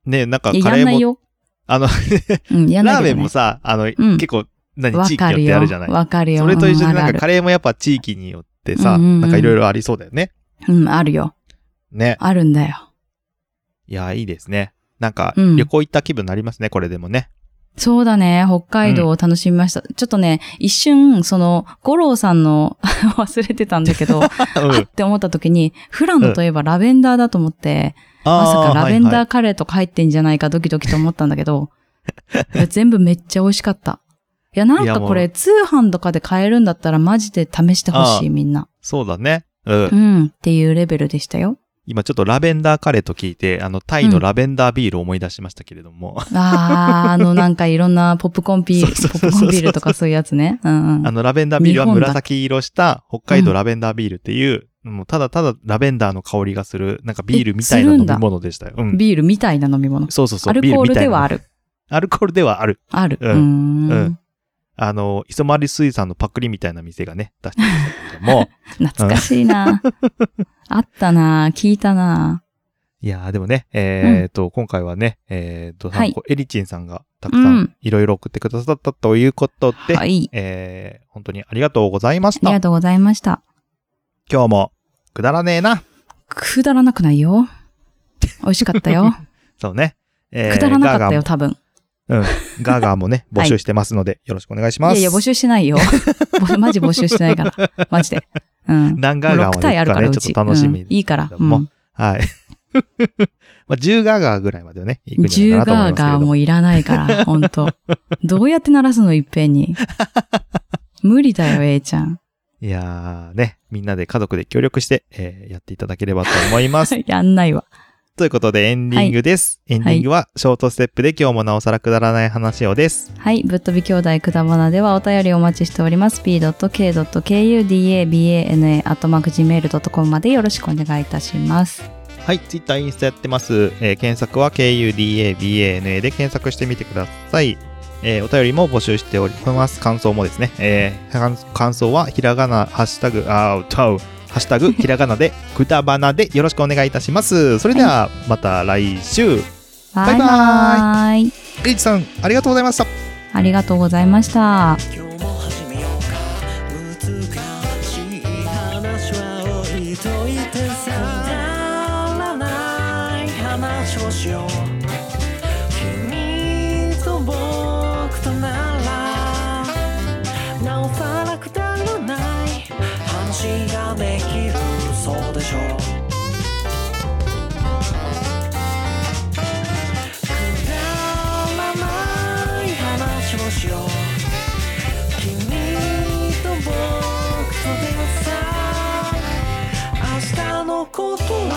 Speaker 1: なんか
Speaker 2: いや、
Speaker 1: カ
Speaker 2: やん
Speaker 1: レ
Speaker 2: ない
Speaker 1: ーも、
Speaker 2: よ。
Speaker 1: あの、
Speaker 2: うん、やんない
Speaker 1: ラー
Speaker 2: け
Speaker 1: メ
Speaker 2: ど
Speaker 1: ン
Speaker 2: ね
Speaker 1: もさ、あの、
Speaker 2: ん
Speaker 1: 結構、何、
Speaker 2: わ
Speaker 1: 地域
Speaker 2: か
Speaker 1: によっ
Speaker 2: る
Speaker 1: てあ
Speaker 2: よ
Speaker 1: るじゃ。ない。
Speaker 2: わかるよ。
Speaker 1: それと一緒
Speaker 2: う
Speaker 1: に
Speaker 2: ん
Speaker 1: なん
Speaker 2: あ
Speaker 1: か
Speaker 2: る
Speaker 1: カレーもやっぱ地域によってさ、
Speaker 2: うんうんうん
Speaker 1: なんかいろいろありそうだよね。
Speaker 2: うん、あるよ。
Speaker 1: ね。
Speaker 2: あるんだよ。
Speaker 1: いや、いいですね。なんか、
Speaker 2: うん
Speaker 1: 旅行行った気分になりますね、これでも
Speaker 2: (laughs)
Speaker 1: ね。
Speaker 2: そうだね。北海道を楽しみました。ちょっとね、一瞬、その、五郎さんの (laughs) 忘れてたんだけど、あ
Speaker 1: (laughs) うん
Speaker 2: って思った時に、フラノといえばラベンダーだと思って、まさかラベンダーカレーとか入ってんじゃないかドキドキと思ったんだけど、 (laughs) いや全部めっちゃ美味しかった。いや、なん
Speaker 1: いや
Speaker 2: か
Speaker 1: もう
Speaker 2: これ通販とかで買えるんだったらマジで試してほしい、みんな。
Speaker 1: そうだね。うん。
Speaker 2: うん、っていうレベルでしたよ。
Speaker 1: 今ちょっとラベンダーカレーと聞いて、あの、タイのラベンダービールを思い出しましたけれども、
Speaker 2: あ
Speaker 1: (laughs)
Speaker 2: ー、あのなんかいろんなポップコーンビール、
Speaker 1: そうそう
Speaker 2: ポ
Speaker 1: そ
Speaker 2: ッ
Speaker 1: う
Speaker 2: プ
Speaker 1: そう
Speaker 2: コーンビールとかそういうやつね。うんうん
Speaker 1: あ。の、ラベンダービールは
Speaker 2: 日本だ
Speaker 1: 紫色した北海道ラベンダービールっていう、もうただただラベンダーの香りがする、なんかビールみたいな
Speaker 2: えする
Speaker 1: 飲
Speaker 2: んだ
Speaker 1: み物でしたよ。うん。
Speaker 2: ビールみたいな飲み物。
Speaker 1: そうそうそう。
Speaker 2: アルコールではあ
Speaker 1: る。
Speaker 2: る。
Speaker 1: アルコールではある。
Speaker 2: ある。う
Speaker 1: う
Speaker 2: ー
Speaker 1: んうん
Speaker 2: ん。
Speaker 1: あの、磯丸水産のパクリみたいな店がね、出してましたけれど
Speaker 2: (laughs)
Speaker 1: も、
Speaker 2: 懐かしいな。あったな。聞いたな。
Speaker 1: いやーでもね、えーと、今回はね、えーと、
Speaker 2: はい
Speaker 1: エリチンさんがたくさ
Speaker 2: うんん
Speaker 1: いろいろ送ってくださったということで、
Speaker 2: はい。
Speaker 1: えー本当にありがとうございまし
Speaker 2: あり
Speaker 1: た
Speaker 2: が。とうございました。
Speaker 1: 今日もくだらねえな。
Speaker 2: くだらなくないよ。美味しかったよ。
Speaker 1: そうね。 (laughs) えー
Speaker 2: くだらなかったよ、
Speaker 1: ガーガーも
Speaker 2: 多分。
Speaker 1: うん。ガーガーもね、募集してますので、よろしくお願いし
Speaker 2: い
Speaker 1: ます。
Speaker 2: やいや、募集してないよ。ぼ (laughs) マジ募集してないから。マジで。うん。
Speaker 1: 何ガーガー
Speaker 2: 6
Speaker 1: まで
Speaker 2: 体
Speaker 1: 行
Speaker 2: あ
Speaker 1: く
Speaker 2: る
Speaker 1: か
Speaker 2: か
Speaker 1: ね、
Speaker 2: ら、
Speaker 1: ち
Speaker 2: う
Speaker 1: ょ
Speaker 2: ち。
Speaker 1: っと楽しみ、
Speaker 2: うんいいから。う
Speaker 1: も
Speaker 2: ん
Speaker 1: はい。 (laughs) まあ、10ガーガーぐらいまではね、行くんじ
Speaker 2: 10
Speaker 1: ゃないかなと思
Speaker 2: ガ
Speaker 1: います
Speaker 2: ー
Speaker 1: けれ
Speaker 2: ガー
Speaker 1: ども。
Speaker 2: もいらないから、ほんと。どうやって鳴らすの、いっぺ
Speaker 1: (laughs)
Speaker 2: んに。無理だよ、A ちゃん。
Speaker 1: いやーね、みんなで家族で協力して、えーやっていただければと思います。
Speaker 2: (laughs) やんないわ。
Speaker 1: ということでエンディングです。エンディングはショートステップで今日もなおさらくだらない話をです。
Speaker 2: はい、ぶっ飛び兄弟くだばなではお便りお待ちしております。p.k.kudabana.gmail.com までよろしくお願いいたします。
Speaker 1: はい、ツイッター、インスタやってます。えー検索は KUDABANA で検索してみてください。えーお便りも募集しております。感想もですね。えー感感想はひらがな、ハッシュタグ、あー、歌う。ハッシュ (laughs) タグ、ひらがなで、くだばなでよろしくお願いいたします。それでは、また来週。バイバーイ
Speaker 2: イバイ
Speaker 1: リーチさん、ありがとうございました。
Speaker 2: ありがとうございました。
Speaker 6: 今日も始めようか難しい話は置いといてさくだらない話をしよう君と僕とならなおさらくだらない話ができるそうでしょうくだらない話をしよう「君と僕とでさ明日のことを